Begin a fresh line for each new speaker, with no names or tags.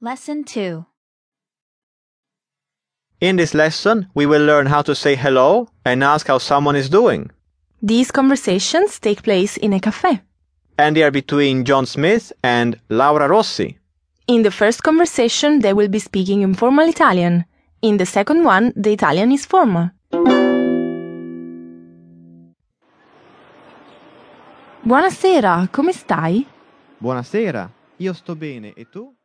Lesson 2
In this lesson, we will learn how to say hello and ask how someone is doing.
These conversations take place in a cafe.
And they are between John Smith and Laura Rossi.
In the first conversation, they will be speaking informal Italian. In the second one, the Italian is formal. Buonasera, come stai?
Buonasera, io sto bene e tu?